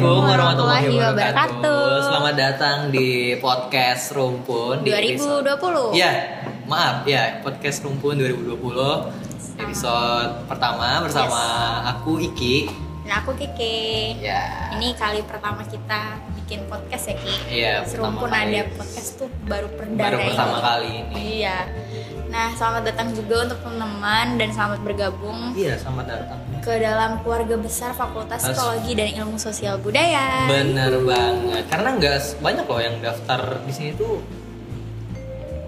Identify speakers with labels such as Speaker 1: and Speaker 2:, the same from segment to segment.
Speaker 1: warahmatullahi wabarakatuh.
Speaker 2: Selamat datang di podcast Rumpun di episode-
Speaker 1: 2020.
Speaker 2: Ya, maaf ya, podcast Rumpun 2020 episode pertama bersama aku Iki.
Speaker 1: Nah, aku Kiki.
Speaker 2: Ya.
Speaker 1: Ini kali pertama kita bikin podcast ya, Ki.
Speaker 2: Iya, pertama
Speaker 1: Serumpun
Speaker 2: kali.
Speaker 1: ada podcast tuh baru perdana
Speaker 2: Baru
Speaker 1: ini.
Speaker 2: pertama kali ini.
Speaker 1: Iya. Nah, selamat datang juga untuk teman-teman dan selamat bergabung
Speaker 2: Iya, selamat datang.
Speaker 1: ke dalam keluarga besar Fakultas
Speaker 2: Mas-
Speaker 1: Psikologi dan Ilmu Sosial Budaya.
Speaker 2: Bener banget. Karena nggak s- banyak loh yang daftar di sini tuh.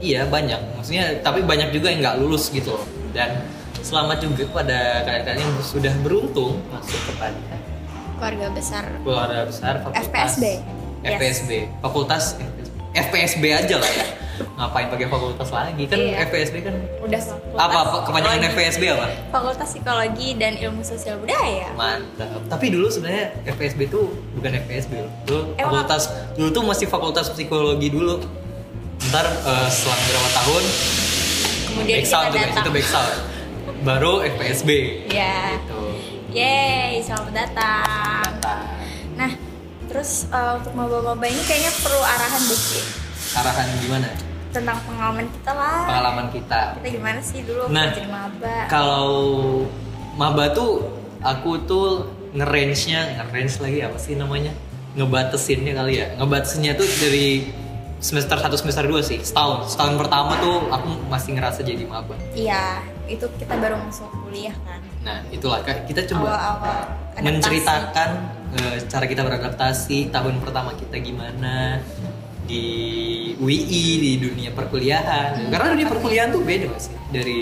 Speaker 2: Iya banyak. Maksudnya tapi banyak juga yang nggak lulus gitu loh. Dan selamat juga pada kalian-kalian yang sudah beruntung masuk kepada
Speaker 1: keluarga besar
Speaker 2: keluarga besar fakultas
Speaker 1: FPSB. Yes.
Speaker 2: FPSB fakultas eh, FPSB aja lah ya ngapain pakai fakultas lagi kan
Speaker 1: Iya.
Speaker 2: FPSB kan
Speaker 1: udah fakultas.
Speaker 2: apa apa- kepanjangan
Speaker 1: Psikologi.
Speaker 2: FPSB apa
Speaker 1: Fakultas Psikologi dan Ilmu Sosial Budaya.
Speaker 2: mantap tapi dulu sebenarnya FPSB itu bukan FPSB loh. dulu
Speaker 1: Emang
Speaker 2: fakultas dulu tuh masih fakultas psikologi dulu ntar eh, selang berapa tahun
Speaker 1: Kemudian
Speaker 2: back sound tuh
Speaker 1: kita
Speaker 2: guys
Speaker 1: datang.
Speaker 2: itu back sound baru FPSB
Speaker 1: Ya.
Speaker 2: gitu
Speaker 1: Yeay, selamat datang.
Speaker 2: Mantap.
Speaker 1: Nah, terus eh, untuk maba-maba ini kayaknya perlu arahan deh Ci.
Speaker 2: arahan gimana
Speaker 1: tentang pengalaman kita lah.
Speaker 2: pengalaman kita
Speaker 1: Kita gimana sih dulu
Speaker 2: Nah,
Speaker 1: waktu jadi maba?
Speaker 2: kalau maba tuh aku tuh ngerange nya ngerange lagi apa sih namanya ngebatasinnya kali ya ngebatasinnya tuh dari semester 1 semester 2 sih setahun setahun pertama tuh aku masih ngerasa jadi maba
Speaker 1: Iya, itu kita baru masuk kuliah kan.
Speaker 2: nah itulah Kak. kita coba
Speaker 1: Awal-awal adaptasi.
Speaker 2: menceritakan eh, cara kita beradaptasi tahun pertama kita gimana di UI di dunia perkuliahan
Speaker 1: Hmm.
Speaker 2: karena dunia perkuliahan tuh beda nggak sih dari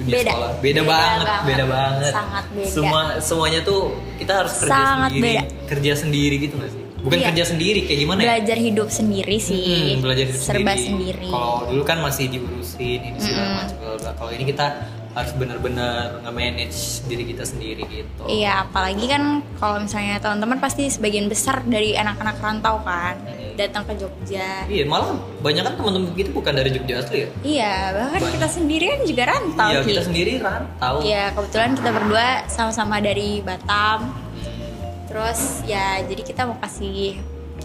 Speaker 2: dunia
Speaker 1: Beda.
Speaker 2: sekolah beda,
Speaker 1: Beda
Speaker 2: banget,
Speaker 1: banget.
Speaker 2: beda banget
Speaker 1: Sangat beda.
Speaker 2: semua semuanya tuh kita harus kerja
Speaker 1: Sangat
Speaker 2: sendiri
Speaker 1: beda.
Speaker 2: kerja sendiri gitu nggak sih bukan
Speaker 1: Iya.
Speaker 2: kerja sendiri kayak gimana ya
Speaker 1: Belajar hidup sendiri sih.
Speaker 2: Mm-mm, belajar hidup
Speaker 1: serba
Speaker 2: sendiri.
Speaker 1: sendiri. Hmm.
Speaker 2: Kalau dulu kan masih diurusin ini segala
Speaker 1: Mm-mm.
Speaker 2: macam. bla, bla. Kalau ini kita harus benar-benar nge-manage diri kita sendiri gitu.
Speaker 1: Iya, apalagi kan kalau misalnya teman-teman pasti sebagian besar dari anak-anak rantau kan
Speaker 2: Hmm.
Speaker 1: datang ke Jogja.
Speaker 2: Iya, malah banyak kan teman-teman kita bukan dari Jogja asli ya.
Speaker 1: Iya, bahkan
Speaker 2: Banyak.
Speaker 1: kita sendiri kan juga rantau
Speaker 2: Iya,
Speaker 1: Ki.
Speaker 2: kita sendiri rantau.
Speaker 1: Iya, kebetulan kita berdua sama-sama dari Batam. Terus ya jadi kita mau kasih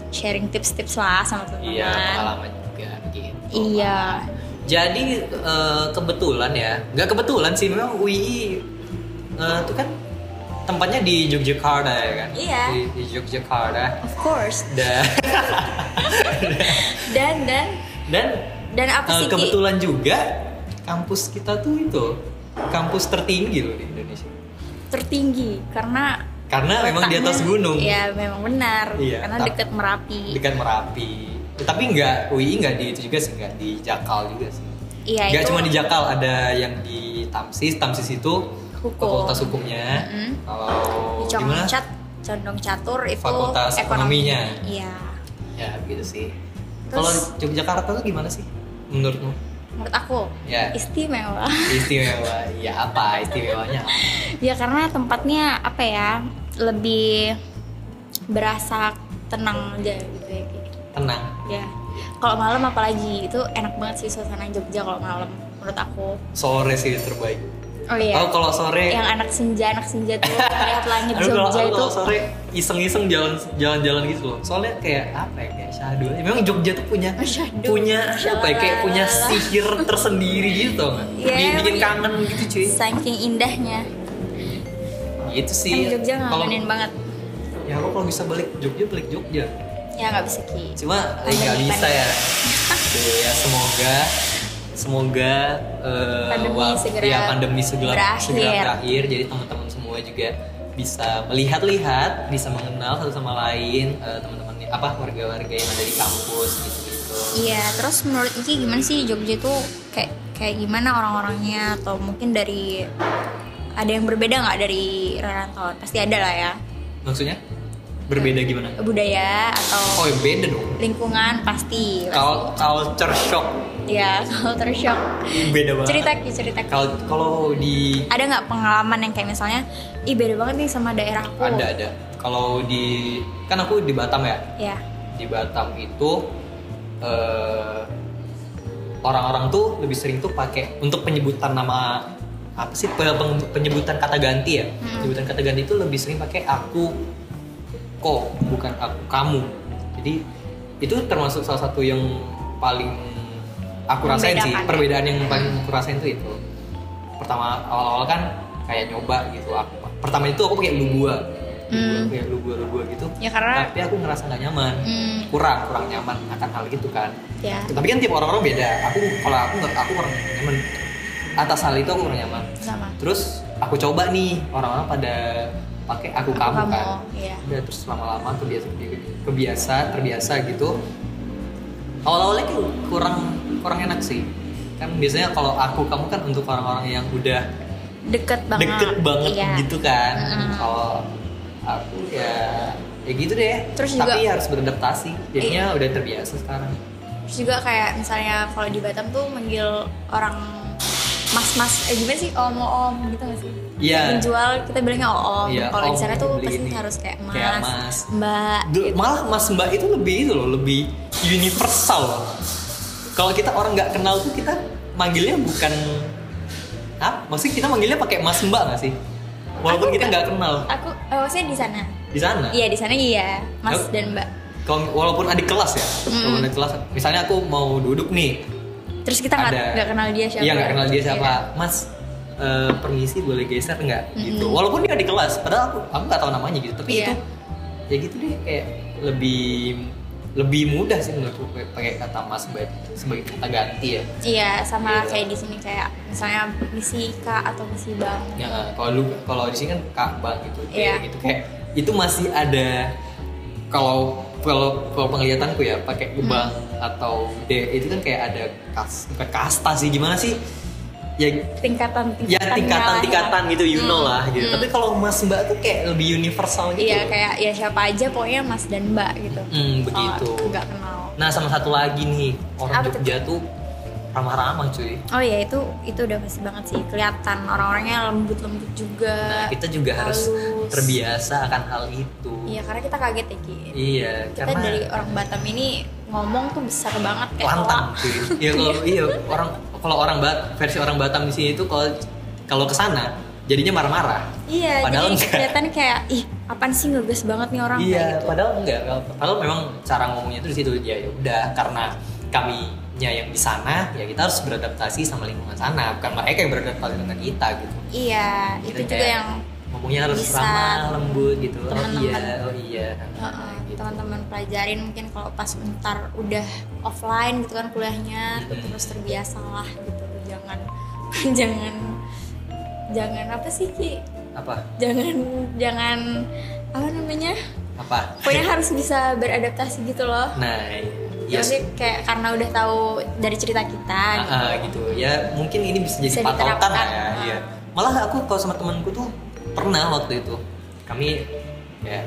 Speaker 1: sharing tips-tips lah sama teman-teman.
Speaker 2: Iya, pengalaman juga gitu.
Speaker 1: kan. Iya.
Speaker 2: Jadi eh, kebetulan ya, nggak kebetulan sih memang UI eh, itu kan tempatnya di Yogyakarta ya kan?
Speaker 1: Iya.
Speaker 2: Di, di Yogyakarta.
Speaker 1: Of course.
Speaker 2: Dan
Speaker 1: Dan dan
Speaker 2: dan
Speaker 1: dan
Speaker 2: Eh,
Speaker 1: apa sih Ki?
Speaker 2: kebetulan juga kampus kita tuh itu kampus tertinggi loh di Indonesia.
Speaker 1: tertinggi karena
Speaker 2: Karena memang di atas
Speaker 1: letaknya-
Speaker 2: gunung,
Speaker 1: Iya, memang benar.
Speaker 2: Iya,
Speaker 1: karena
Speaker 2: tap-
Speaker 1: dekat Merapi.
Speaker 2: dekat Merapi. Ya, Tapi nggak UI nggak di itu juga sih, nggak di Jakal juga sih.
Speaker 1: Iya,
Speaker 2: Nggak
Speaker 1: itu.
Speaker 2: cuma di Jakal, ada yang di Tamsis. Tamsis itu
Speaker 1: Hukum.
Speaker 2: fakultas hukumnya.
Speaker 1: Mm-mm.
Speaker 2: Kalau
Speaker 1: di
Speaker 2: di mana?
Speaker 1: Congcat, Condong Catur itu
Speaker 2: Fakultas
Speaker 1: ekonomi.
Speaker 2: ekonominya.
Speaker 1: Iya.
Speaker 2: Ya gitu sih. Kalau
Speaker 1: Terus-
Speaker 2: Yogyakarta tuh gimana sih menurutmu?
Speaker 1: Menurut aku
Speaker 2: Ya.
Speaker 1: istimewa.
Speaker 2: Istimewa, ya apa istimewanya? apa?
Speaker 1: Ya karena tempatnya apa ya lebih berasa tenang aja gitu ya. Ki.
Speaker 2: Tenang.
Speaker 1: Ya. Kalau malam apalagi itu enak banget sih suasana Jogja kalau malam menurut aku.
Speaker 2: Sore sih terbaik.
Speaker 1: Oh iya.
Speaker 2: Tahu kalau sore
Speaker 1: Yang anak senja, anak senja tuh melihat langit
Speaker 2: Aduh, kalau
Speaker 1: Jogja
Speaker 2: aku
Speaker 1: itu.
Speaker 2: kalau sore iseng-iseng jalan jalan-jalan gitu loh. Soalnya kayak apa ya kayak syahdu. Memang Jogja tuh punya
Speaker 1: Syahdu.
Speaker 2: punya apa ya kayak punya
Speaker 1: Shalala.
Speaker 2: sihir tersendiri gitu tau nggak?
Speaker 1: Iya,
Speaker 2: Bi- Bikin
Speaker 1: iya.
Speaker 2: kangen gitu cuy.
Speaker 1: Saking indahnya.
Speaker 2: Itu sih.
Speaker 1: Emang Jogja
Speaker 2: Iya, kalau
Speaker 1: ngangenin banget.
Speaker 2: ya aku kalau bisa balik Jogja balik Jogja.
Speaker 1: Ya nggak bisa ki.
Speaker 2: Cuma
Speaker 1: Ada
Speaker 2: eh, nggak
Speaker 1: di
Speaker 2: bisa ya. Tuh, ya semoga semoga eh,
Speaker 1: Pandemi
Speaker 2: wab-
Speaker 1: segera
Speaker 2: ya, pandemi segera
Speaker 1: berakhir.
Speaker 2: segera berakhir. Jadi teman-teman semua juga bisa melihat-lihat, bisa mengenal satu sama lain eh, teman-teman apa warga-warga yang ada di kampus gitu-gitu.
Speaker 1: Iya, terus menurut Iki gimana sih Jogja tuh kayak kayak gimana orang-orangnya atau mungkin dari ada yang berbeda nggak dari rantauan? Pasti ada lah ya
Speaker 2: Maksudnya berbeda gimana?
Speaker 1: budaya atau
Speaker 2: Oh, ya beda dong.
Speaker 1: lingkungan pasti.
Speaker 2: Kalau culture shock
Speaker 1: Ya culture shock.
Speaker 2: beda banget.
Speaker 1: Cerita Ki, cerita Ki.
Speaker 2: Kalau kalau di
Speaker 1: Ada nggak pengalaman yang kayak misalnya, ih beda banget nih sama daerah aku.
Speaker 2: ada ada. Kalau di kan aku di Batam ya.
Speaker 1: Ya.
Speaker 2: di Batam itu eh, orang-orang tuh lebih sering tuh pakai untuk penyebutan nama apa sih pe- peng- penyebutan kata ganti ya
Speaker 1: Hmm.
Speaker 2: penyebutan kata ganti itu lebih sering pakai aku kok bukan aku kamu jadi itu termasuk salah satu yang paling aku rasain sih
Speaker 1: Membedakan. ya?
Speaker 2: perbedaan yang paling aku rasain tuh itu pertama awal-awal kan kayak nyoba gitu aku pertama itu aku pakai lu gua Lu gua,
Speaker 1: Hmm.
Speaker 2: kayak lu gua lu gua gitu
Speaker 1: ya karena
Speaker 2: tapi aku ngerasa nggak nyaman
Speaker 1: hmm,
Speaker 2: kurang kurang nyaman akan hal gitu kan
Speaker 1: ya
Speaker 2: tapi kan tiap orang-orang beda aku kalau aku nggak aku kurang nyaman atas hal itu aku kurang nyaman
Speaker 1: sama
Speaker 2: terus aku coba nih orang-orang pada pakai aku,
Speaker 1: Aku
Speaker 2: kamu, kan
Speaker 1: ya
Speaker 2: udah terus lama-lama kebiasa kebiasa terbiasa gitu awal-awalnya tuh kurang kurang enak sih kan biasanya kalau aku kamu kan untuk orang-orang yang udah
Speaker 1: deket banget
Speaker 2: deket banget
Speaker 1: Iya.
Speaker 2: gitu kan
Speaker 1: Mm.
Speaker 2: kalau aku ya ya gitu deh
Speaker 1: Terus
Speaker 2: tapi
Speaker 1: juga- Iya.
Speaker 2: harus beradaptasi jadinya udah terbiasa sekarang
Speaker 1: Terus juga kayak misalnya kalau di Batam tuh manggil orang mas-mas eh gimana sih om-om gitu gak sih?
Speaker 2: Iya.
Speaker 1: Menjual kita bilangnya om.
Speaker 2: Iya,
Speaker 1: kalau di
Speaker 2: om,
Speaker 1: sana tuh
Speaker 2: beli
Speaker 1: pasti
Speaker 2: ini.
Speaker 1: harus kayak mas,
Speaker 2: Kayak mas.
Speaker 1: mbak. gitu.
Speaker 2: Du- malah mas mbak itu lebih itu loh lebih universal loh kalau kita orang nggak kenal tuh kita manggilnya bukan Hah? maksudnya kita manggilnya pakai mas mbak nggak sih walaupun
Speaker 1: Aku
Speaker 2: kita
Speaker 1: nggak-
Speaker 2: nggak kenal
Speaker 1: Aku eh, maksudnya di sana.
Speaker 2: di sana
Speaker 1: Iya di sana iya mas
Speaker 2: Yap.
Speaker 1: dan mbak.
Speaker 2: Kalau- walaupun adik kelas ya
Speaker 1: Mm.
Speaker 2: walaupun adik kelas misalnya aku mau duduk nih
Speaker 1: Terus kita nggak
Speaker 2: Ada.
Speaker 1: nggak kenal dia siapa.
Speaker 2: Iya nggak kenal dia
Speaker 1: Iya.
Speaker 2: siapa. Mas, eh, permisi boleh geser nggak? Gitu.
Speaker 1: Mm-mm.
Speaker 2: Walaupun dia di kelas, padahal aku aku nggak tahu namanya gitu. Tapi
Speaker 1: Iya.
Speaker 2: itu ya gitu deh kayak lebih lebih mudah sih menurutku kayak pakai kata mas sebagai sebagai kata ganti ya.
Speaker 1: Iya sama
Speaker 2: Iya.
Speaker 1: kayak di sini kayak misalnya misi kak atau misi bang.
Speaker 2: Ya, eh, kalau lu kalau di sini kan kak bang gitu kayak
Speaker 1: Iya.
Speaker 2: gitu kayak itu masih ada kalau kalau kalau penglihatanku ya pakai
Speaker 1: Mm.
Speaker 2: bang atau de itu kan kayak ada kas bukan kasta sih gimana sih ya
Speaker 1: Tingkatan
Speaker 2: ya
Speaker 1: tingkatan.
Speaker 2: tingkatan-tingkatan gitu you know
Speaker 1: Hmm,
Speaker 2: lah gitu
Speaker 1: hmm.
Speaker 2: tapi kalau mas mbak tuh kayak lebih universal gitu
Speaker 1: Iya kayak ya siapa aja pokoknya mas dan mbak gitu.
Speaker 2: Hmm, begitu.
Speaker 1: Kalau nggak kenal.
Speaker 2: nah sama satu lagi nih orang
Speaker 1: Apa tuh?
Speaker 2: Jogja tuh ramah-ramah cuy
Speaker 1: Oh ya itu itu udah pasti banget sih kelihatan orang-orangnya lembut-lembut juga.
Speaker 2: nah kita juga harus
Speaker 1: halus.
Speaker 2: terbiasa akan hal itu
Speaker 1: Iya karena kita kaget ya Ki.
Speaker 2: iya
Speaker 1: Kita
Speaker 2: karena
Speaker 1: dari orang Batam ini ngomong tuh besar banget kayak
Speaker 2: lantang
Speaker 1: "Wah,
Speaker 2: cuy iya kalau iya orang kalau orang bat versi orang Batam di sini itu kalau kalau kesana jadinya marah-marah
Speaker 1: Iya
Speaker 2: Padahal
Speaker 1: jadi
Speaker 2: enggak.
Speaker 1: kelihatan kayak ih apaan sih ngegas banget nih orang kayak
Speaker 2: Iya,
Speaker 1: gitu.
Speaker 2: padahal enggak. Padahal memang cara ngomongnya itu di situ ya ya udah karena kaminya yang di sana ya kita harus beradaptasi sama lingkungan sana bukan mereka yang beradaptasi dengan kita gitu.
Speaker 1: Iya
Speaker 2: Kita
Speaker 1: itu juga
Speaker 2: kayak
Speaker 1: yang
Speaker 2: ngomongnya harus
Speaker 1: bisa
Speaker 2: ramah lembut gitu. Oh
Speaker 1: temen-temen.
Speaker 2: iya, oh iya.
Speaker 1: Heeh,
Speaker 2: Gitu.
Speaker 1: teman-teman pelajarin mungkin kalau pas ntar udah offline gitu kan kuliahnya
Speaker 2: Mm-mm.
Speaker 1: terus terbiasalah gitu jangan jangan jangan apa sih Ki
Speaker 2: Apa?
Speaker 1: jangan jangan apa namanya
Speaker 2: Apa?
Speaker 1: pokoknya harus bisa beradaptasi gitu loh
Speaker 2: Nah, ya
Speaker 1: ya sih kayak karena udah tahu dari cerita kita
Speaker 2: Ah, ah, gitu. Ya mungkin ini bisa jadi
Speaker 1: Bisa
Speaker 2: patokan lah ya.
Speaker 1: diterapkan.
Speaker 2: iya. Malah aku kalau sama temanku tuh pernah waktu itu kami ya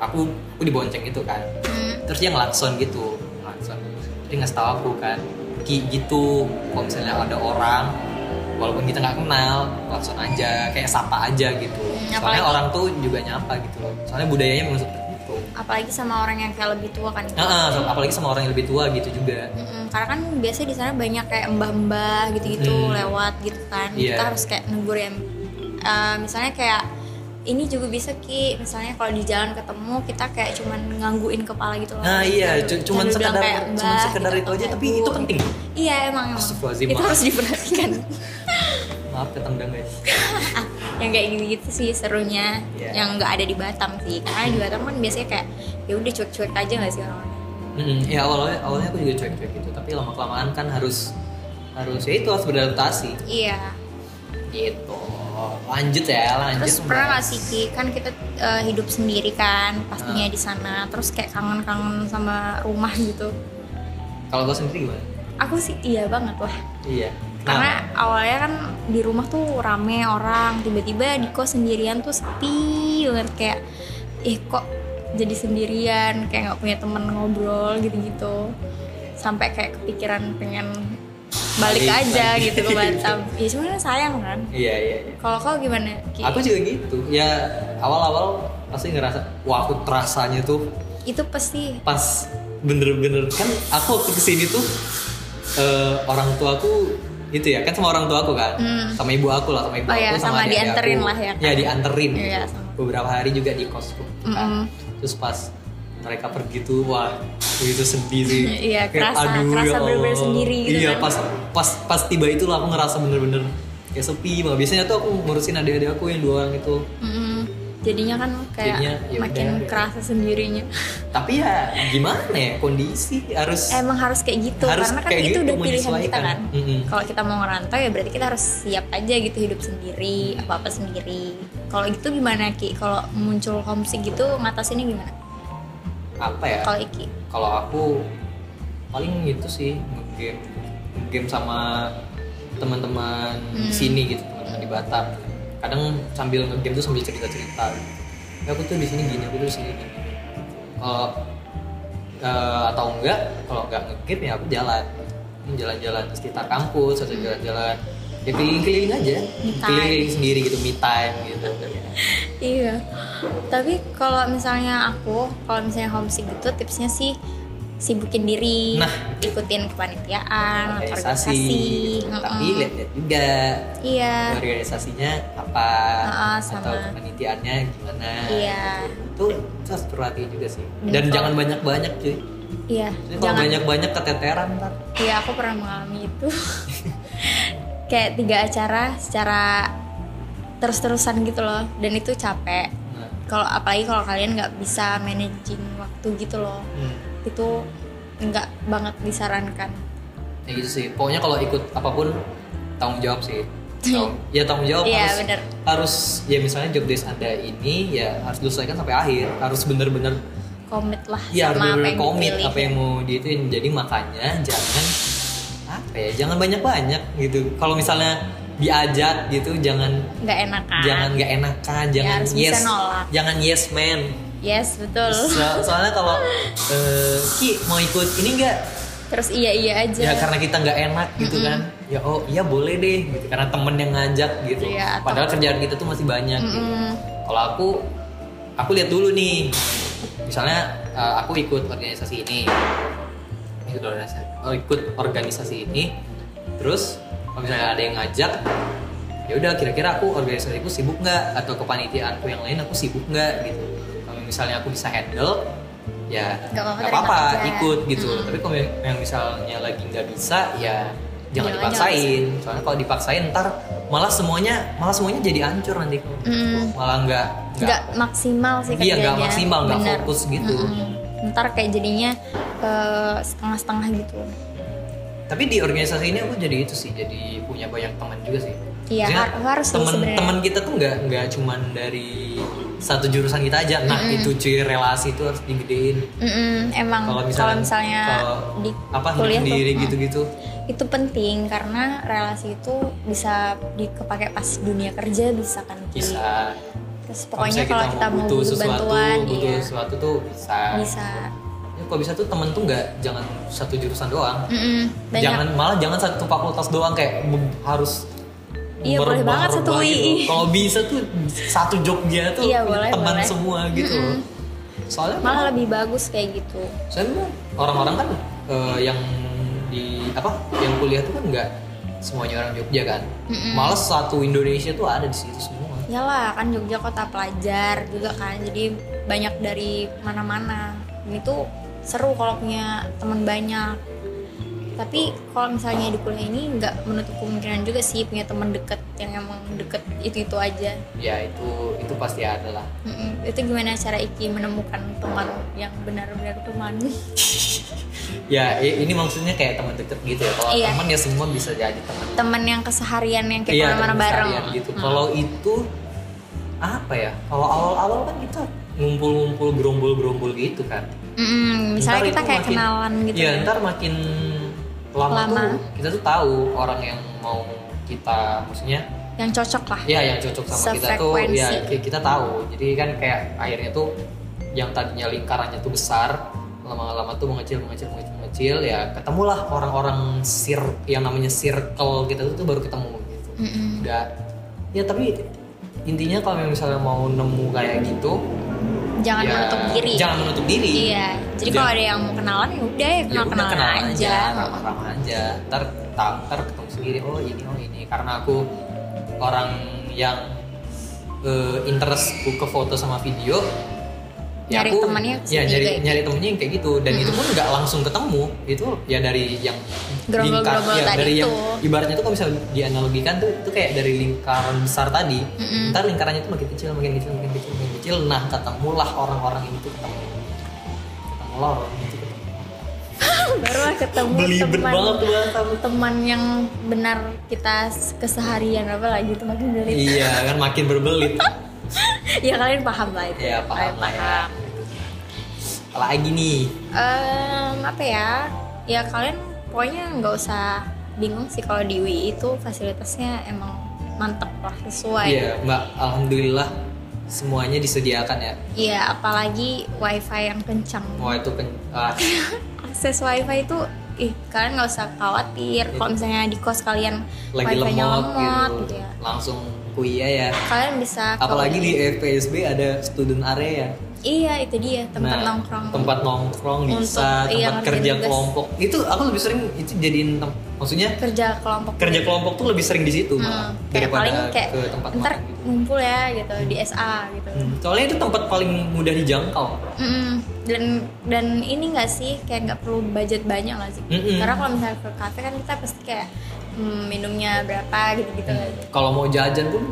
Speaker 2: aku aku dibonceng itu kan
Speaker 1: Hmm,
Speaker 2: terus dia ngelakson gitu ngelakson dia ngasih tahu aku kan Ki gitu kalau misalnya ada orang walaupun kita nggak kenal lakson aja kayak sapa aja gitu
Speaker 1: Hmm,
Speaker 2: soalnya
Speaker 1: apalagi-
Speaker 2: orang tuh juga nyapa gitu loh soalnya budayanya memang seperti itu
Speaker 1: apalagi sama orang yang kayak lebih tua kan
Speaker 2: Nah, ah, so- apalagi sama orang yang lebih tua gitu juga
Speaker 1: Mm-mm, karena kan biasanya di sana banyak kayak mbah-mbah gitu-gitu
Speaker 2: Hmm.
Speaker 1: lewat gitu kan
Speaker 2: Iya.
Speaker 1: kita harus kayak negur yang eh, misalnya kayak ini juga bisa ki misalnya kalau di jalan ketemu kita kayak cuman ngangguin kepala gitu loh
Speaker 2: nah iya
Speaker 1: Jangan-
Speaker 2: cu- cuman
Speaker 1: jangan bilang
Speaker 2: sekedar
Speaker 1: kayak,
Speaker 2: cuman
Speaker 1: "Mbah,"
Speaker 2: sekedar
Speaker 1: gitu,
Speaker 2: itu aja
Speaker 1: atau
Speaker 2: tapi
Speaker 1: "Bu."
Speaker 2: itu penting
Speaker 1: iya emang emang
Speaker 2: Astagfirullahaladzim,
Speaker 1: itu
Speaker 2: Mak.
Speaker 1: harus diperhatikan
Speaker 2: maaf ketendang guys
Speaker 1: yang kayak gitu-gitu sih serunya
Speaker 2: Iya.
Speaker 1: yang nggak ada di Batam sih karena di Batam kan biasanya kayak ya udah cuek-cuek aja nggak sih orang-orang
Speaker 2: Mm, ya awalnya awalnya aku juga cuek-cuek gitu tapi lama kelamaan kan harus harus ya itu harus beradaptasi
Speaker 1: iya
Speaker 2: gitu lanjut ya lanjut
Speaker 1: terus pernah gak sih Ki kan kita eh, hidup sendiri kan pastinya di sana terus kayak kangen-kangen sama rumah gitu
Speaker 2: Kalau gue sendiri gimana?
Speaker 1: aku sih iya banget lah
Speaker 2: Iya.
Speaker 1: karena awalnya kan di rumah tuh rame orang tiba-tiba di kos sendirian tuh sepi banget kayak eh kok jadi sendirian kayak nggak punya temen ngobrol gitu-gitu sampai kayak kepikiran pengen balik,
Speaker 2: Balik,
Speaker 1: aja
Speaker 2: balik.
Speaker 1: gitu ke Batam ya cuman sayang kan
Speaker 2: Iya iya. iya.
Speaker 1: kalau kau gimana Ki?
Speaker 2: Aku juga gitu. Ya awal-awal pasti ngerasa, wah aku terasanya tuh
Speaker 1: itu pasti
Speaker 2: pas bener-bener kan aku waktu kesini tuh eh, orang tuaku itu ya kan sama orang tuaku kan
Speaker 1: Hmm.
Speaker 2: sama ibu aku lah sama ibu
Speaker 1: Oh
Speaker 2: aku
Speaker 1: iya, sama
Speaker 2: adik-adik
Speaker 1: dianterin
Speaker 2: aku.
Speaker 1: lah ya kan?
Speaker 2: ya dianterin
Speaker 1: Iya,
Speaker 2: gitu.
Speaker 1: sama.
Speaker 2: beberapa hari juga di kosku kan.
Speaker 1: Mm-mm.
Speaker 2: terus pas mereka pergi tuh wah itu sedih sih
Speaker 1: Iya,
Speaker 2: Kayak, ya
Speaker 1: kerasa- kerasa
Speaker 2: Allah."
Speaker 1: bener-bener sendiri gitu
Speaker 2: iya
Speaker 1: kan.
Speaker 2: pas pas pas tiba itu lah aku ngerasa bener-bener kayak sepi banget biasanya tuh aku ngurusin adik-adik aku yang gitu. dua orang itu
Speaker 1: Mm-mm. jadinya kan kayak
Speaker 2: Jadinya, ya
Speaker 1: makin
Speaker 2: udah.
Speaker 1: kerasa sendirinya
Speaker 2: tapi ya gimana ya kondisi harus
Speaker 1: emang harus kayak gitu
Speaker 2: Harus
Speaker 1: karena kan
Speaker 2: kayak
Speaker 1: itu
Speaker 2: gitu,
Speaker 1: udah pilihan kita
Speaker 2: menyesuaikan.
Speaker 1: kan
Speaker 2: Mm-mm.
Speaker 1: kalau kita mau ngerantau ya berarti kita harus siap aja gitu hidup sendiri apa apa sendiri kalau gitu gimana ki kalau muncul homesick gitu ngatasinnya gimana
Speaker 2: apa ya
Speaker 1: kalau iki
Speaker 2: kalau aku paling gitu sih game game sama teman-teman
Speaker 1: Hmm.
Speaker 2: sini gitu teman-teman di Batam kadang sambil ngegame tuh sambil cerita-cerita ya aku tuh di sini gini aku tuh di sini gini kalau eh, atau enggak kalau enggak ngegame ya aku jalan jalan-jalan di sekitar kampus atau jalan-jalan ya keliling-keliling aja
Speaker 1: Hmm. Me time.
Speaker 2: keliling sendiri gitu me time gitu
Speaker 1: Iya. Tapi kalau misalnya aku, kalau misalnya homesick gitu tipsnya sih sibukin diri,
Speaker 2: Nah.
Speaker 1: ikutin kepanitiaan,
Speaker 2: organisasi gitu. tapi
Speaker 1: Mm-mm.
Speaker 2: lihat-lihat juga
Speaker 1: Iya.
Speaker 2: organisasinya apa
Speaker 1: Heeh, Ah, sama.
Speaker 2: atau kepanitiaannya gimana
Speaker 1: Iya.
Speaker 2: itu itu harus perhatiin juga sih
Speaker 1: Dan
Speaker 2: dan
Speaker 1: kalau-
Speaker 2: jangan banyak banyak cuy
Speaker 1: Iya.
Speaker 2: Jadi kalau banyak banyak keteteran ntar
Speaker 1: Iya, aku pernah mengalami itu. Kayak tiga acara secara terus-terusan gitu loh dan itu capek.
Speaker 2: nah,
Speaker 1: Kalau apalagi kalau kalian nggak bisa managing waktu gitu loh.
Speaker 2: hmm.
Speaker 1: Itu nggak banget disarankan.
Speaker 2: ya gitu sih pokoknya kalau ikut apapun tanggung jawab sih Tanggung- ya tanggung jawab
Speaker 1: Iya,
Speaker 2: harus
Speaker 1: bener.
Speaker 2: harus ya misalnya job desk anda ini ya harus diselesaikan sampai akhir harus bener-bener
Speaker 1: Komit lah
Speaker 2: ya harus
Speaker 1: sama apa
Speaker 2: bener
Speaker 1: yang
Speaker 2: komit
Speaker 1: dipilih.
Speaker 2: apa yang mau diituin jadi makanya jangan apa ya jangan banyak-banyak gitu kalau misalnya diajak gitu jangan
Speaker 1: nggak kan? enakan
Speaker 2: jangan nggak enakan jangan
Speaker 1: Ah. harus bisa
Speaker 2: yes
Speaker 1: nolak.
Speaker 2: jangan yes man
Speaker 1: yes betul
Speaker 2: So- soalnya kalau eh, ki mau ikut ini enggak
Speaker 1: terus iya iya aja
Speaker 2: ya karena kita nggak enak gitu kan ya oh iya boleh deh gitu karena temen yang ngajak gitu
Speaker 1: Iya, atau-
Speaker 2: padahal kerjaan kita tuh masih banyak gitu.
Speaker 1: Mm-mm.
Speaker 2: kalau aku aku lihat dulu nih misalnya eh, aku ikut organisasi ini ikut organisasi oh, ikut organisasi ini terus kalau misalnya ada yang ngajak ya udah kira-kira aku organisasiku sibuk nggak atau kepanitiaanku yang lain aku sibuk nggak gitu kalau misalnya aku bisa handle ya
Speaker 1: Nggak apa-apa,
Speaker 2: nggak
Speaker 1: terima
Speaker 2: apa-apa
Speaker 1: aja.
Speaker 2: ikut gitu
Speaker 1: Mm.
Speaker 2: tapi kalau yang misalnya lagi nggak bisa ya jangan
Speaker 1: Jangan,
Speaker 2: dipaksain soalnya kalau dipaksain ntar malah semuanya malah semuanya jadi hancur nanti
Speaker 1: Mm.
Speaker 2: malah nggak
Speaker 1: nggak maksimal sih
Speaker 2: Iya,
Speaker 1: kerjanya
Speaker 2: nggak maksimal, nggak
Speaker 1: Bener.
Speaker 2: fokus gitu.
Speaker 1: Mm-mm. ntar kayak jadinya eh, setengah-setengah gitu
Speaker 2: tapi di organisasi ini aku jadi itu sih jadi punya banyak teman juga sih
Speaker 1: Iya,
Speaker 2: Maksudnya
Speaker 1: har- harus sih
Speaker 2: teman
Speaker 1: sebenarnya.
Speaker 2: teman kita tuh nggak nggak cuman dari satu jurusan kita aja nah
Speaker 1: Mm-mm.
Speaker 2: itu cuy relasi itu harus digedein
Speaker 1: Mm-mm, emang
Speaker 2: kalau misalnya,
Speaker 1: kalau misalnya
Speaker 2: kalau
Speaker 1: di
Speaker 2: apa
Speaker 1: kuliah
Speaker 2: hidup sendiri gitu.
Speaker 1: tuh, mm,
Speaker 2: gitu-gitu
Speaker 1: itu penting karena relasi itu bisa dikepake pas dunia kerja bisa kan Ki?
Speaker 2: bisa
Speaker 1: terus
Speaker 2: Kalau
Speaker 1: pokoknya kalau kita, mau
Speaker 2: butuh
Speaker 1: butuh
Speaker 2: sesuatu
Speaker 1: bantuan
Speaker 2: butuh
Speaker 1: iya,
Speaker 2: sesuatu tuh bisa
Speaker 1: bisa
Speaker 2: Ya, kalau bisa tuh temen tuh nggak jangan satu jurusan doang
Speaker 1: Mm-mm, banyak
Speaker 2: jangan malah jangan satu fakultas doang kayak mem- harus
Speaker 1: Iya, boleh
Speaker 2: merebah-
Speaker 1: banget satu
Speaker 2: rebah
Speaker 1: UI.
Speaker 2: gitu. kalau bisa tuh satu jogja tuh
Speaker 1: Iya, boleh,
Speaker 2: teman
Speaker 1: boleh.
Speaker 2: semua gitu loh.
Speaker 1: Mm-mm.
Speaker 2: soalnya
Speaker 1: malah lebih bagus kayak gitu
Speaker 2: soalnya orang-orang kan eh, yang di apa yang kuliah tuh kan nggak semuanya orang jogja kan
Speaker 1: Mm-mm.
Speaker 2: malah satu Indonesia tuh ada di situ semua
Speaker 1: Yalah kan Jogja kota pelajar juga kan jadi banyak dari mana-mana Dan itu seru kalau punya teman banyak tapi kalau misalnya di kuliah ini nggak menutup kemungkinan juga sih punya teman deket yang emang deket itu itu aja
Speaker 2: ya itu itu pasti ada lah
Speaker 1: Mm-mm. itu gimana cara Iki menemukan teman yang benar-benar teman
Speaker 2: ya i- ini maksudnya kayak teman deket gitu ya kalau
Speaker 1: Iya.
Speaker 2: teman ya semua bisa jadi teman
Speaker 1: teman yang keseharian yang kayak mana-mana
Speaker 2: teman
Speaker 1: bareng
Speaker 2: seharian Iya, gitu.
Speaker 1: Mm.
Speaker 2: Kalau itu apa ya? Kalau awal-awal kan kita ngumpul-ngumpul gerombol-gerombol gitu kan.
Speaker 1: Mm-mm.
Speaker 2: Ntar
Speaker 1: misalnya kita
Speaker 2: itu
Speaker 1: kayak
Speaker 2: makin-
Speaker 1: kenalan gitu
Speaker 2: Iya,
Speaker 1: ya.
Speaker 2: ntar makin lama,
Speaker 1: Lama.
Speaker 2: tuh kita tuh tahu orang yang mau kita maksudnya
Speaker 1: yang cocok lah
Speaker 2: ya yang cocok sama kita tuh ya
Speaker 1: Sefrekuensi.
Speaker 2: ki- kita tahu. Jadi kan kayak akhirnya tuh yang tadinya lingkarannya tuh besar lama-lama tuh mengecil mengecil mengecil mengecil ya ketemulah orang-orang sir yang namanya circle kita tuh, tuh baru ketemu gitu
Speaker 1: Mm-mm.
Speaker 2: udah ya tapi intinya kalau misalnya mau nemu kayak gitu
Speaker 1: jangan
Speaker 2: ya,
Speaker 1: menutup diri
Speaker 2: jangan menutup diri
Speaker 1: Iya, jadi kalau ada yang mau kenalan ya udah ya
Speaker 2: ya
Speaker 1: kenal
Speaker 2: udah
Speaker 1: kenalan
Speaker 2: kenalan
Speaker 1: aja.
Speaker 2: aja ramah-ramah aja ntar ta- ntar ketemu sendiri oh ini oh ini karena aku orang yang eh, interestku ke foto sama video
Speaker 1: Nyari temannya
Speaker 2: ya
Speaker 1: sendiri
Speaker 2: nyari
Speaker 1: kayak
Speaker 2: nyari temennya yang kayak gitu dan itu pun nggak langsung ketemu itu ya dari yang
Speaker 1: Gerobol-gerobol
Speaker 2: ya,
Speaker 1: tadi
Speaker 2: dari yang
Speaker 1: tuh.
Speaker 2: ibaratnya tuh kalau bisa dianalogikan tuh itu kayak dari lingkaran besar tadi
Speaker 1: Mm-mm.
Speaker 2: ntar lingkarannya tuh makin kecil makin kecil makin kecil makin kecil nah ketemulah orang-orang itu ketemu ketemulah orang itu ketemu
Speaker 1: baru lah ketemu
Speaker 2: belibet
Speaker 1: teman
Speaker 2: banget tuh bahasa lu.
Speaker 1: teman yang benar kita keseharian apa lagi itu makin dari
Speaker 2: iya kan makin berbelit
Speaker 1: ya kalian paham lah itu
Speaker 2: ya paham
Speaker 1: Kalian
Speaker 2: lah ya
Speaker 1: paham.
Speaker 2: lagi nih
Speaker 1: Em, apa ya ya kalian pokoknya nggak usah bingung sih kalau di UI itu fasilitasnya emang mantep lah sesuai
Speaker 2: Iya, Mbak. Alhamdulillah semuanya disediakan ya.
Speaker 1: Iya, apalagi wifi yang kencang.
Speaker 2: Wah itu pen ah,
Speaker 1: Akses wifi itu, ih kalian nggak usah khawatir. Kalau misalnya di kos kalian
Speaker 2: Gitu. lagi
Speaker 1: wifi-nya
Speaker 2: lemot,
Speaker 1: lemot,
Speaker 2: gitu.
Speaker 1: gitu ya.
Speaker 2: Langsung kuliah ya.
Speaker 1: Kalian bisa. ke
Speaker 2: Apalagi
Speaker 1: UI.
Speaker 2: di FPSB ada student area. ya.
Speaker 1: Iya, itu dia tempat
Speaker 2: Nah,
Speaker 1: nongkrong.
Speaker 2: Tempat nongkrong
Speaker 1: Untuk-
Speaker 2: bisa,
Speaker 1: iya,
Speaker 2: tempat
Speaker 1: ngerjain
Speaker 2: kerja
Speaker 1: tugas.
Speaker 2: kelompok. Itu aku lebih sering itu jadiin tem- maksudnya
Speaker 1: kerja kelompok.
Speaker 2: kerja kelompok tuh lebih sering di situ
Speaker 1: Hmm,
Speaker 2: malah
Speaker 1: kayak
Speaker 2: daripada
Speaker 1: paling kayak
Speaker 2: ke tempat
Speaker 1: ntar
Speaker 2: makan. gitu.
Speaker 1: ngumpul ya gitu di SA gitu.
Speaker 2: Hmm, Soalnya itu tempat paling mudah dijangkau.
Speaker 1: Mm-mm. dan dan ini nggak sih kayak nggak perlu budget banyak nggak sih
Speaker 2: Mm-mm.
Speaker 1: karena kalau misalnya ke kafe kan kita pasti kayak hmm, minumnya berapa gitu gitu
Speaker 2: Eh, Kalau mau jajan pun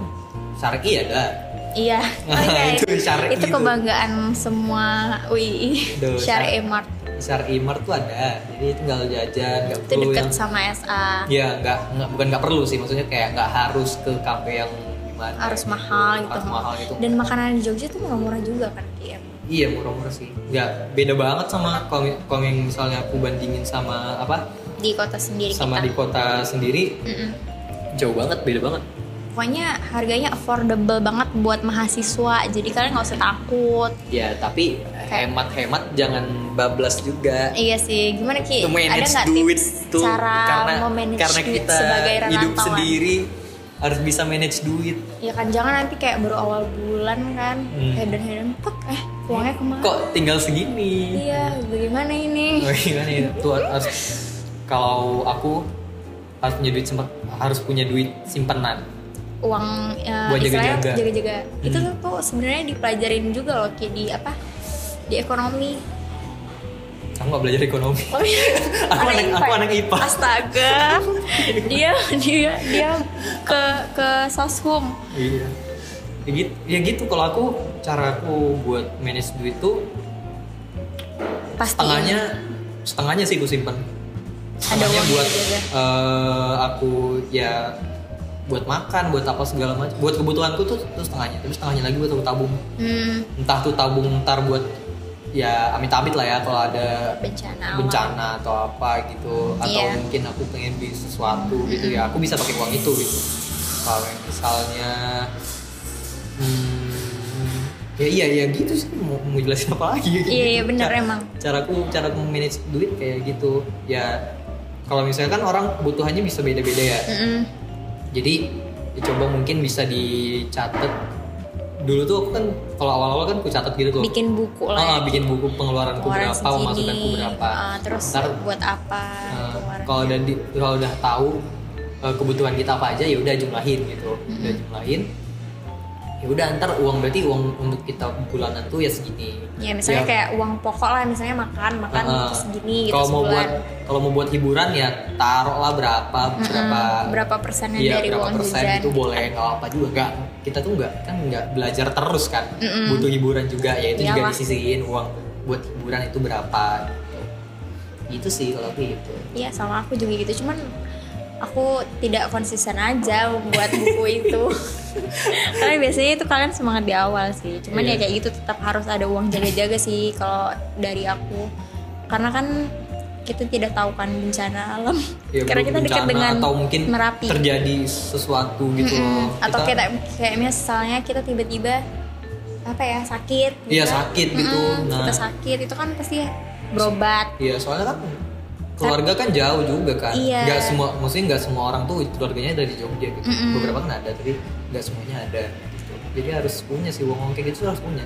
Speaker 2: Sarki ada.
Speaker 1: Iya,
Speaker 2: Nah,
Speaker 1: makanya
Speaker 2: itu syar'i
Speaker 1: itu
Speaker 2: itu.
Speaker 1: kebanggaan semua UI
Speaker 2: Duh, syar'i.
Speaker 1: Syar'i Mart
Speaker 2: Besar Imar tuh ada, jadi tinggal jajan, nggak
Speaker 1: itu
Speaker 2: perlu
Speaker 1: deket
Speaker 2: yang,
Speaker 1: sama SA
Speaker 2: ya nggak nggak- bukan nggak perlu sih, maksudnya kayak nggak harus ke kafe yang gimana,
Speaker 1: harus mahal gitu
Speaker 2: harus mahal gitu,
Speaker 1: dan makanan di Jogja tuh murah-murah juga kan Kim
Speaker 2: iya murah-murah sih, nggak beda banget sama kalau kalau yang misalnya aku bandingin sama apa,
Speaker 1: di kota sendiri
Speaker 2: sama di
Speaker 1: kita
Speaker 2: kota sendiri
Speaker 1: Mm-mm.
Speaker 2: jauh banget, beda banget,
Speaker 1: pokoknya harganya affordable banget buat mahasiswa jadi kalian nggak usah takut
Speaker 2: ya tapi hemat-hemat jangan bablas juga.
Speaker 1: iya sih gimana Ki
Speaker 2: To
Speaker 1: ada
Speaker 2: manage
Speaker 1: nggak
Speaker 2: duit
Speaker 1: tips
Speaker 2: tuh
Speaker 1: cara
Speaker 2: karena
Speaker 1: memanage
Speaker 2: karena
Speaker 1: duit
Speaker 2: kita
Speaker 1: sebagai
Speaker 2: hidup
Speaker 1: rantauan?
Speaker 2: sendiri harus bisa manage duit.
Speaker 1: ya kan jangan nanti kayak baru awal bulan kan
Speaker 2: Hmm.
Speaker 1: hedon hedon pek eh uangnya kemana
Speaker 2: Kok tinggal segini?
Speaker 1: Iya, bagaimana ini?
Speaker 2: Oh, gimana ya? Tuh harus kalau aku harus punya duit sempat harus punya duit simpanan.
Speaker 1: Uang ya,
Speaker 2: Buat
Speaker 1: istilahnya
Speaker 2: jaga-jaga.
Speaker 1: jaga-jaga. Itu
Speaker 2: Hmm.
Speaker 1: tuh, tuh sebenarnya dipelajarin juga loh Ki, di apa? Di ekonomi.
Speaker 2: Aku nggak belajar ekonomi.
Speaker 1: Oh, iya.
Speaker 2: Aku anak-
Speaker 1: IPA.
Speaker 2: aku anak IPA.
Speaker 1: Astaga. dia dia dia ke ke soshum.
Speaker 2: Iya. Ya gitu, ya gitu kalau aku cara aku buat manage duit tuh
Speaker 1: Pasti
Speaker 2: setengahnya setengahnya sih aku simpan.
Speaker 1: ada gitu ya?
Speaker 2: Setengahnya
Speaker 1: uang
Speaker 2: buat
Speaker 1: jaga-jaga.
Speaker 2: eh, aku ya buat makan, buat apa segala macam, buat kebutuhanku tuh, tuh setengahnya, tapi setengahnya lagi buat aku tabung.
Speaker 1: Hmm,
Speaker 2: Entah tuh tabung ntar buat ya amit-amit lah ya kalau ada
Speaker 1: bencana. awal.
Speaker 2: bencana atau apa gitu atau
Speaker 1: Iya.
Speaker 2: mungkin aku pengen beli sesuatu gitu ya aku bisa pakai uang itu gitu kalau yang misalnya hmm, ya iya iya gitu sih mau, mau jelasin apa lagi gitu.
Speaker 1: Iya, iya bener
Speaker 2: Cara-
Speaker 1: emang.
Speaker 2: caraku cara aku manage duit kayak gitu ya kalau misalnya kan orang kebutuhannya bisa beda-beda ya
Speaker 1: Mm-mm.
Speaker 2: jadi dicoba mungkin bisa dicatat dulu tuh aku kan kalau awal-awal kan aku catat gitu tuh
Speaker 1: Bikin buku
Speaker 2: Ah,
Speaker 1: lah. ya.
Speaker 2: bikin buku pengeluaranku
Speaker 1: Keluaran
Speaker 2: berapa,
Speaker 1: segini,
Speaker 2: pemasukanku berapa.
Speaker 1: ah, terus
Speaker 2: Ntar,
Speaker 1: buat apa?
Speaker 2: eh,
Speaker 1: keluaran.
Speaker 2: kalau udah di- kalau udah tahu eh, kebutuhan kita apa aja ya udah jumlahin gitu.
Speaker 1: Mm-hmm.
Speaker 2: Udah jumlahin. Ya udah antar uang berarti uang untuk kita bulanan tuh ya segini.
Speaker 1: Ya
Speaker 2: Ya,
Speaker 1: misalnya kayak uang pokok lah misalnya makan makan
Speaker 2: eh,
Speaker 1: segini gitu
Speaker 2: Kalau mau
Speaker 1: sebulan.
Speaker 2: buat kalau mau buat hiburan ya taruhlah berapa
Speaker 1: Mm-mm,
Speaker 2: berapa
Speaker 1: berapa persennya
Speaker 2: Iya,
Speaker 1: dari
Speaker 2: berapa
Speaker 1: uang
Speaker 2: persen
Speaker 1: jajan.
Speaker 2: itu boleh nggak apa juga nggak kita tuh nggak kan nggak belajar terus kan
Speaker 1: Mm-mm.
Speaker 2: butuh hiburan juga ya itu juga
Speaker 1: Iyalah.
Speaker 2: disisiin uang buat hiburan itu berapa gitu itu sih kalau aku gitu
Speaker 1: Iya sama aku juga gitu cuman aku tidak konsisten aja membuat buku itu. Karena biasanya itu kalian semangat di awal sih. Cuman
Speaker 2: Iya.
Speaker 1: ya kayak gitu tetap harus ada uang jaga-jaga sih kalau dari aku. Karena kan kita tidak tahu kan bencana alam.
Speaker 2: Ya,
Speaker 1: Karena kita dekat
Speaker 2: bencana
Speaker 1: dengan
Speaker 2: atau mungkin
Speaker 1: Merapi.
Speaker 2: terjadi sesuatu gitu
Speaker 1: Mm-mm.
Speaker 2: loh
Speaker 1: atau
Speaker 2: Kita-
Speaker 1: kayak kayak misalnya kita tiba-tiba apa ya sakit
Speaker 2: Iya, sakit gitu.
Speaker 1: Mm-mm, kita
Speaker 2: Nah.
Speaker 1: sakit itu kan pasti berobat
Speaker 2: Iya soalnya kan keluarga kan jauh juga kan.
Speaker 1: Iya.
Speaker 2: Gak semua, maksudnya nggak semua orang tuh keluarganya dari Jogja gitu.
Speaker 1: Mm-mm.
Speaker 2: Beberapa kan ada, tapi nggak semuanya ada. gitu. Jadi harus punya sih uang uang kayak gitu harus punya.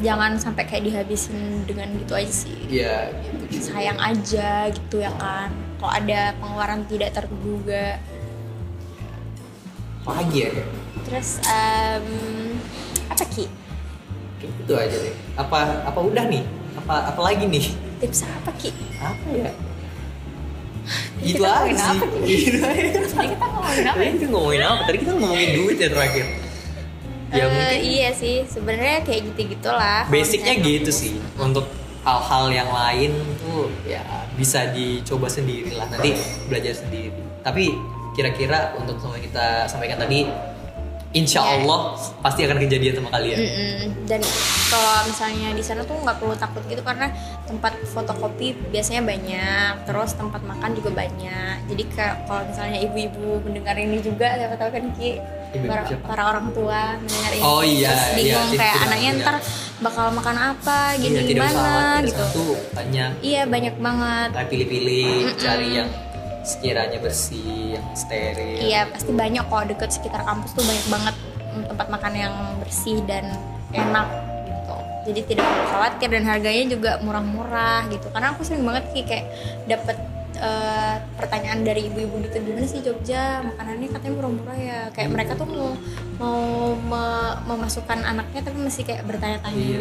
Speaker 1: jangan sampai kayak dihabisin dengan gitu aja sih
Speaker 2: Iya gitu.
Speaker 1: sayang aja gitu ya kan kalau ada pengeluaran tidak terduga
Speaker 2: Apa Lagi ya.
Speaker 1: terus em, apa ki
Speaker 2: Kayak gitu aja deh. Apa apa udah nih? Apa apa lagi nih?
Speaker 1: tips apa ki
Speaker 2: Apa ya? Gitu
Speaker 1: Kita
Speaker 2: aja
Speaker 1: ngomongin
Speaker 2: sih.
Speaker 1: apa nih?
Speaker 2: Gitu aja.
Speaker 1: jadi kita ngomongin apa
Speaker 2: Tadi
Speaker 1: ya
Speaker 2: kita ngomongin apa? Tadi kita ngomongin duit ya terakhir. Ya
Speaker 1: Eh,
Speaker 2: mungkin
Speaker 1: iya sih sebenarnya kayak gitu gitulah
Speaker 2: basicnya gitu sih untuk hal-hal yang lain tuh ya bisa dicoba sendiri lah nanti belajar sendiri tapi kira-kira untuk sama kita sampaikan tadi insya
Speaker 1: Ya.
Speaker 2: Allah pasti akan kejadian sama kalian
Speaker 1: Mm-mm. dan kalau misalnya di sana tuh nggak perlu takut gitu karena tempat fotokopi biasanya banyak terus tempat makan juga banyak jadi ke- kalau misalnya ibu-ibu mendengar ini juga siapa tahu kan ki
Speaker 2: Ibu-ibu
Speaker 1: para,
Speaker 2: siapa?
Speaker 1: para orang tua mendengar ini
Speaker 2: Oh, iya,
Speaker 1: terus
Speaker 2: iya,
Speaker 1: bingung
Speaker 2: itu
Speaker 1: kayak
Speaker 2: tidak-
Speaker 1: anaknya
Speaker 2: tidak.
Speaker 1: ntar bakal makan apa gini
Speaker 2: Iya, tidak usah
Speaker 1: gimana
Speaker 2: khawatir
Speaker 1: gitu
Speaker 2: satu banyak
Speaker 1: iya banyak banget
Speaker 2: Nah, pilih-pilih
Speaker 1: Mm-mm.
Speaker 2: cari yang sekiranya bersih yang steril
Speaker 1: Iya pasti banyak kok deket sekitar kampus tuh banyak banget mm, tempat makan yang bersih dan enak gitu. Jadi tidak perlu khawatir dan harganya juga murah-murah gitu. Karena aku sering banget Ki, kayak dapet eh, pertanyaan dari ibu-ibu gitu gimana sih Jogja makanannya katanya murah-murah ya. Kayak mereka tuh mau mau me- memasukkan anaknya tapi masih kayak
Speaker 2: Iya.
Speaker 1: bertanya-tanya.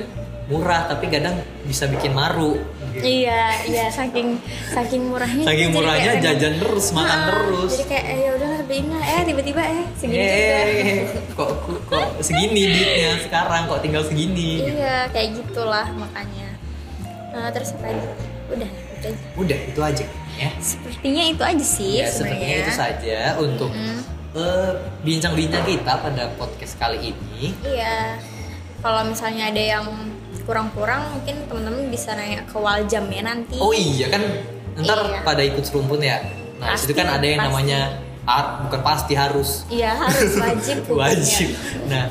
Speaker 2: murah tapi kadang bisa bikin maru gitu.
Speaker 1: Iya, iya saking saking murahnya. gitu,
Speaker 2: saking
Speaker 1: jadi kayak
Speaker 2: murahnya
Speaker 1: pengen-
Speaker 2: jajan terus makan
Speaker 1: Heeh,
Speaker 2: terus
Speaker 1: Jadi kayak eh, ya udahlah beliin lah. Eh tiba-tiba eh segini juga.
Speaker 2: Eh, kok ku- kok segini duitnya sekarang kok tinggal segini?
Speaker 1: Iya, kayak gitulah makanya. Nah, terus apa lagi? Udah, itu aja.
Speaker 2: Udah itu aja ya.
Speaker 1: Sepertinya itu aja sih
Speaker 2: ya sepertinya
Speaker 1: Iya, sebenarnya. Hmm,
Speaker 2: itu saja untuk
Speaker 1: Mm-mm.
Speaker 2: eh, bincang-bincang kita pada podcast kali ini.
Speaker 1: Iya. Kalau misalnya ada yang kurang-kurang mungkin teman-teman bisa nanya ke Waljam ya nanti.
Speaker 2: Oh iya kan ntar
Speaker 1: Iya.
Speaker 2: pada ikut serumpun ya. Nah
Speaker 1: Pasti,
Speaker 2: disitu kan ada yang
Speaker 1: pasti.
Speaker 2: namanya ar- bukan pasti harus
Speaker 1: Iya, harus wajib hukumnya.
Speaker 2: wajib. Nah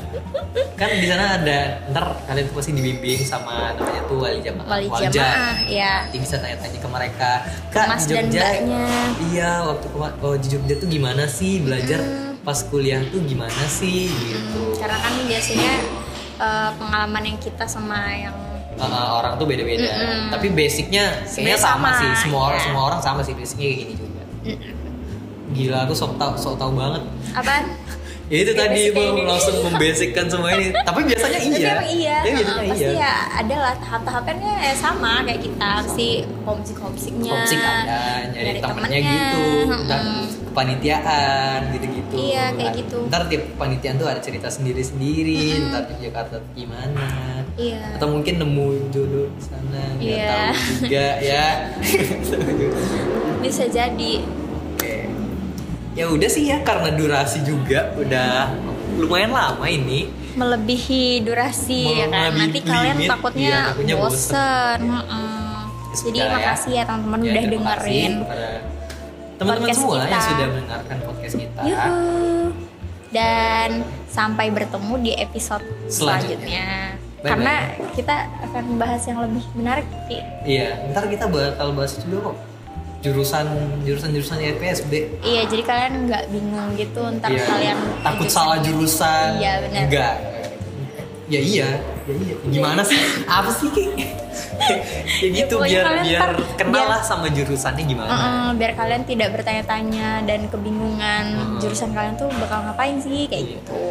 Speaker 2: kan di sana ada ntar kalian tuh pasti dibimbing sama namanya tuh wali jamaah.
Speaker 1: Wali
Speaker 2: Waljam.
Speaker 1: jamaah, ya.
Speaker 2: Nanti bisa tanya-tanya ke mereka. Kak,
Speaker 1: Mas
Speaker 2: di
Speaker 1: dan
Speaker 2: Jogja,
Speaker 1: Mbaknya.
Speaker 2: Iya, waktu kema- oh, di Jogja tuh gimana sih belajar pas kuliah tuh gimana sih gitu.
Speaker 1: Hmm, Karena kan biasanya eh, pengalaman yang kita sama yang
Speaker 2: Uh, uh, orang tuh beda-beda.
Speaker 1: Mm-mm.
Speaker 2: Tapi basicnya kayaknya
Speaker 1: Sebenarnya
Speaker 2: sama,
Speaker 1: sama,
Speaker 2: sih. Semua orang
Speaker 1: iya.
Speaker 2: semua orang sama sih basicnya kayak gini juga.
Speaker 1: Mm-mm.
Speaker 2: Gila aku sok tau sok tau banget.
Speaker 1: apaan?
Speaker 2: Ya itu tadi
Speaker 1: Basic kayak
Speaker 2: mau
Speaker 1: gini.
Speaker 2: langsung membesikkan semua ini. Tapi biasanya
Speaker 1: Tapi
Speaker 2: iya.
Speaker 1: emang iya,
Speaker 2: Tapi
Speaker 1: heeh,
Speaker 2: biasanya
Speaker 1: pasti
Speaker 2: iya.
Speaker 1: ya ada lah tahap-tahapannya eh, sama kayak kita si komsik-komsiknya.
Speaker 2: Kopsik ada, nyari
Speaker 1: nyari
Speaker 2: temennya
Speaker 1: temennya,
Speaker 2: gitu, dan
Speaker 1: heeh.
Speaker 2: kepanitiaan gitu-gitu.
Speaker 1: Iya, kayak
Speaker 2: Nah,
Speaker 1: gitu.
Speaker 2: Ntar tiap kepanitiaan tuh ada cerita sendiri-sendiri, ntar di Jakarta tuh gimana.
Speaker 1: Iya.
Speaker 2: Atau mungkin nemu jodoh di sana, nggak
Speaker 1: Iya.
Speaker 2: tahu juga ya.
Speaker 1: Bisa jadi.
Speaker 2: Oke. Ya udah sih ya karena durasi juga udah lumayan lama ini.
Speaker 1: melebihi durasi ya kan
Speaker 2: Melebihi
Speaker 1: nanti kalian
Speaker 2: limit,
Speaker 1: takutnya,
Speaker 2: iya, takutnya bosen.
Speaker 1: bosen heeh. jadi
Speaker 2: Sudah ya.
Speaker 1: makasih ya
Speaker 2: Ya,
Speaker 1: teman-teman udah
Speaker 2: terima kasih
Speaker 1: dengerin
Speaker 2: kepada teman-teman
Speaker 1: podcast
Speaker 2: semua yang
Speaker 1: kita.
Speaker 2: sudah mendengarkan podcast kita.
Speaker 1: Yuhu. dan sampai bertemu di episode
Speaker 2: Selanjutnya.
Speaker 1: selanjutnya,
Speaker 2: Bye-bye.
Speaker 1: karena kita akan membahas yang lebih menarik Ki.
Speaker 2: Iya, ntar kita bakal bahas juga kok jurusan jurusan jurusan IPSB.
Speaker 1: Iya, jadi kalian nggak bingung gitu ntar
Speaker 2: Iya.
Speaker 1: kalian
Speaker 2: takut salah jurusan.
Speaker 1: Iya, benar.
Speaker 2: Enggak. Ya iya, ya iya. Gimana sih? Apa sih kayak? ya gitu
Speaker 1: pokoknya
Speaker 2: biar
Speaker 1: kalian
Speaker 2: biar
Speaker 1: ntar-
Speaker 2: kenal
Speaker 1: biar-
Speaker 2: lah sama jurusannya gimana.
Speaker 1: Heeh, biar kalian tidak bertanya-tanya dan kebingungan
Speaker 2: Heeh.
Speaker 1: jurusan kalian tuh bakal ngapain
Speaker 2: Iya.
Speaker 1: sih kayak gitu.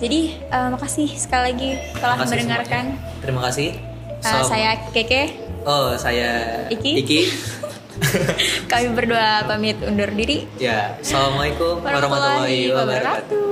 Speaker 1: Jadi eh, makasih sekali lagi
Speaker 2: Terima
Speaker 1: telah
Speaker 2: kasih
Speaker 1: mendengarkan.
Speaker 2: semuanya. Terima kasih.
Speaker 1: Eh,
Speaker 2: So-
Speaker 1: saya Keke,
Speaker 2: Oh, saya
Speaker 1: Iki.
Speaker 2: Iki.
Speaker 1: kami berdua pamit undur diri.
Speaker 2: Ya, assalamualaikum warahmatullahi wabarakatuh. Iya.